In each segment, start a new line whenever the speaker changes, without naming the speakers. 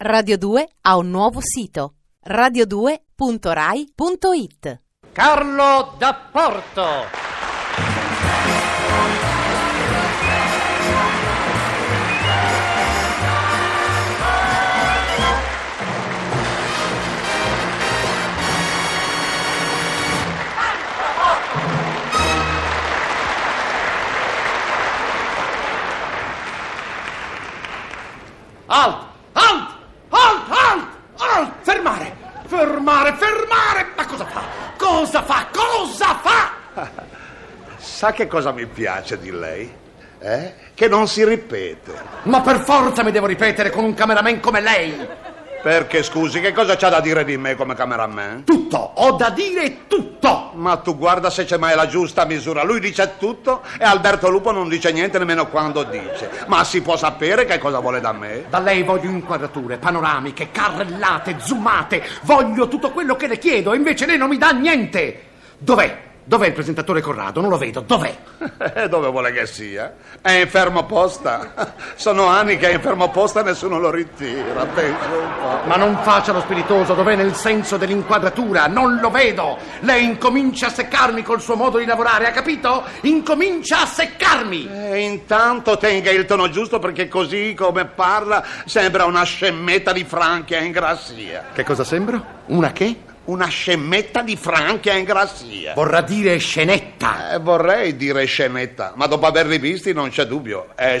Radio 2 ha un nuovo sito radio2.rai.it
Carlo D'Apporto. Alt! Alt! Alt! Alt! Alt! Ah, Fermare! Fermare! Fermare! Ma cosa fa? Cosa fa? Cosa fa?
Sa che cosa mi piace di lei? Eh? Che non si ripete.
Ma per forza mi devo ripetere con un cameraman come lei!
Perché scusi, che cosa c'ha da dire di me come cameraman?
Tutto! Ho da dire tutto!
Ma tu guarda se c'è mai la giusta misura. Lui dice tutto e Alberto Lupo non dice niente nemmeno quando dice. Ma si può sapere che cosa vuole da me?
Da lei voglio inquadrature, panoramiche, carrellate, zoomate, voglio tutto quello che le chiedo e invece lei non mi dà niente! Dov'è? Dov'è il presentatore Corrado? Non lo vedo, dov'è?
Eh, Dove vuole che sia? È in fermo posta. Sono anni che è in fermo posta e nessuno lo ritira. Pensa un po'.
Ma non faccia lo spiritoso, dov'è nel senso dell'inquadratura? Non lo vedo! Lei incomincia a seccarmi col suo modo di lavorare, ha capito? Incomincia a seccarmi!
E intanto tenga il tono giusto perché così come parla sembra una scemmetta di franchia in grassia.
Che cosa sembro? Una che?
Una scemmetta di franchia in grassia.
Vorrà dire scenetta.
Eh, vorrei dire scemetta, ma dopo averli visti non c'è dubbio, è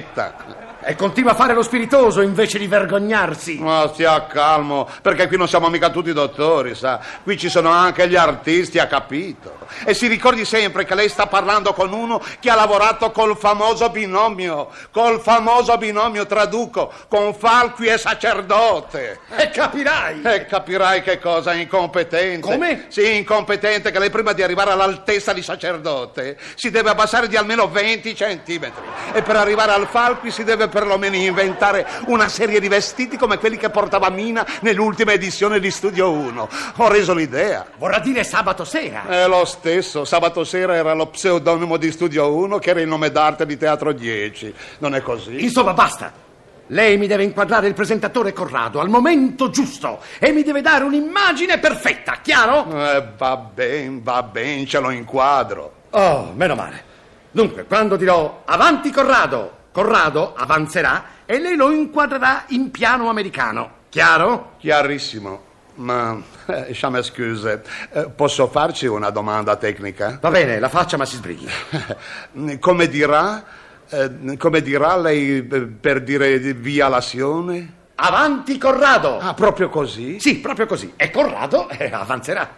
scemetta.
E continua a fare lo spiritoso invece di vergognarsi.
Ma stia calmo, perché qui non siamo mica tutti dottori, sa. Qui ci sono anche gli artisti, ha capito. E si ricordi sempre che lei sta parlando con uno che ha lavorato col famoso binomio, col famoso binomio, traduco, con Falqui e sacerdote.
E capirai!
E capirai che cosa è incompetente.
Come?
Sì, incompetente che lei prima di arrivare all'altezza di sacerdote si deve abbassare di almeno 20 centimetri e per arrivare al falqui si deve perlomeno inventare una serie di vestiti come quelli che portava Mina nell'ultima edizione di Studio 1. Ho reso l'idea.
Vorrà dire sabato sera.
È lo stesso, sabato sera era lo pseudonimo di Studio 1 che era il nome d'arte di Teatro 10. Non è così?
Insomma, basta. Lei mi deve inquadrare il presentatore Corrado al momento giusto e mi deve dare un'immagine perfetta, chiaro?
Eh, va ben, va ben, ce lo inquadro.
Oh, meno male. Dunque, quando dirò avanti Corrado, Corrado avanzerà e lei lo inquadrerà in piano americano, chiaro?
Chiarissimo. Ma, eh, sciame scuse, eh, posso farci una domanda tecnica?
Va bene, la faccia ma si sbrighi.
Come dirà, eh, come dirà lei eh, per dire via l'azione?
Avanti Corrado!
Ah, proprio così?
Sì, proprio così. E Corrado eh, avanzerà.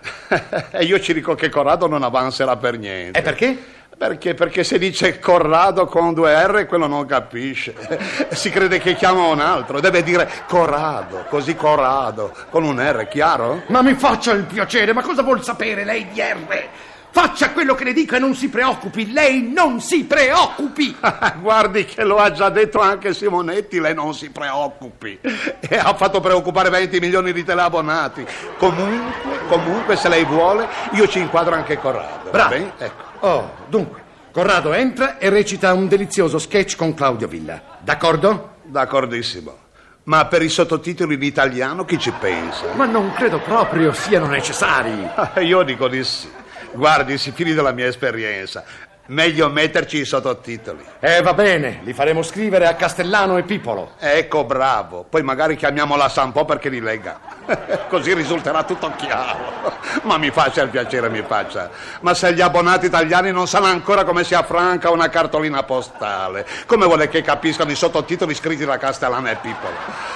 E io ci dico che Corrado non avanzerà per niente.
E perché?
Perché? Perché se dice Corrado con due R quello non capisce. Si crede che chiama un altro, deve dire Corrado, così Corrado, con un R, chiaro?
Ma mi faccia il piacere, ma cosa vuol sapere lei di R? Faccia quello che le dico e non si preoccupi, lei non si preoccupi!
Ah, Guardi che lo ha già detto anche Simonetti, lei non si preoccupi. E ha fatto preoccupare 20 milioni di teleabonati. Comunque, comunque, se lei vuole, io ci inquadro anche Corrado. va
Bravo.
bene? Ecco.
Oh, dunque, Corrado entra e recita un delizioso sketch con Claudio Villa. D'accordo?
D'accordissimo. Ma per i sottotitoli in italiano chi ci pensa?
Ma non credo proprio siano necessari.
Io dico di sì. Guardi, si fidi della mia esperienza. Meglio metterci i sottotitoli.
Eh, va bene, li faremo scrivere a Castellano e Pipolo.
Ecco, bravo. Poi magari chiamiamola San Po perché li lega. Così risulterà tutto chiaro. Ma mi faccia il piacere, mi faccia. Ma se gli abbonati italiani non sanno ancora come si affranca una cartolina postale, come vuole che capiscano i sottotitoli scritti da Castellano e Pipolo?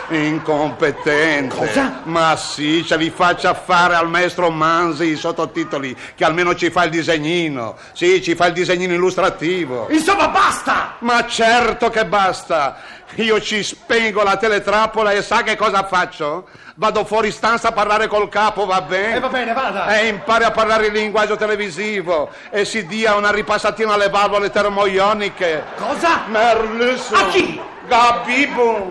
Incompetente.
Cosa?
Ma sì, ce li faccia fare al maestro Manzi i sottotitoli, che almeno ci fa il disegnino. Sì, ci fa il disegnino illustrativo.
Insomma, basta!
Ma certo che basta! Io ci spengo la teletrappola e sa che cosa faccio? Vado fuori stanza a parlare col capo, va bene?
Eh, va bene, vada.
E impari a parlare il linguaggio televisivo e si dia una ripassatina alle valvole termoioniche.
Cosa?
Merlusso!
A chi?
Gabibu!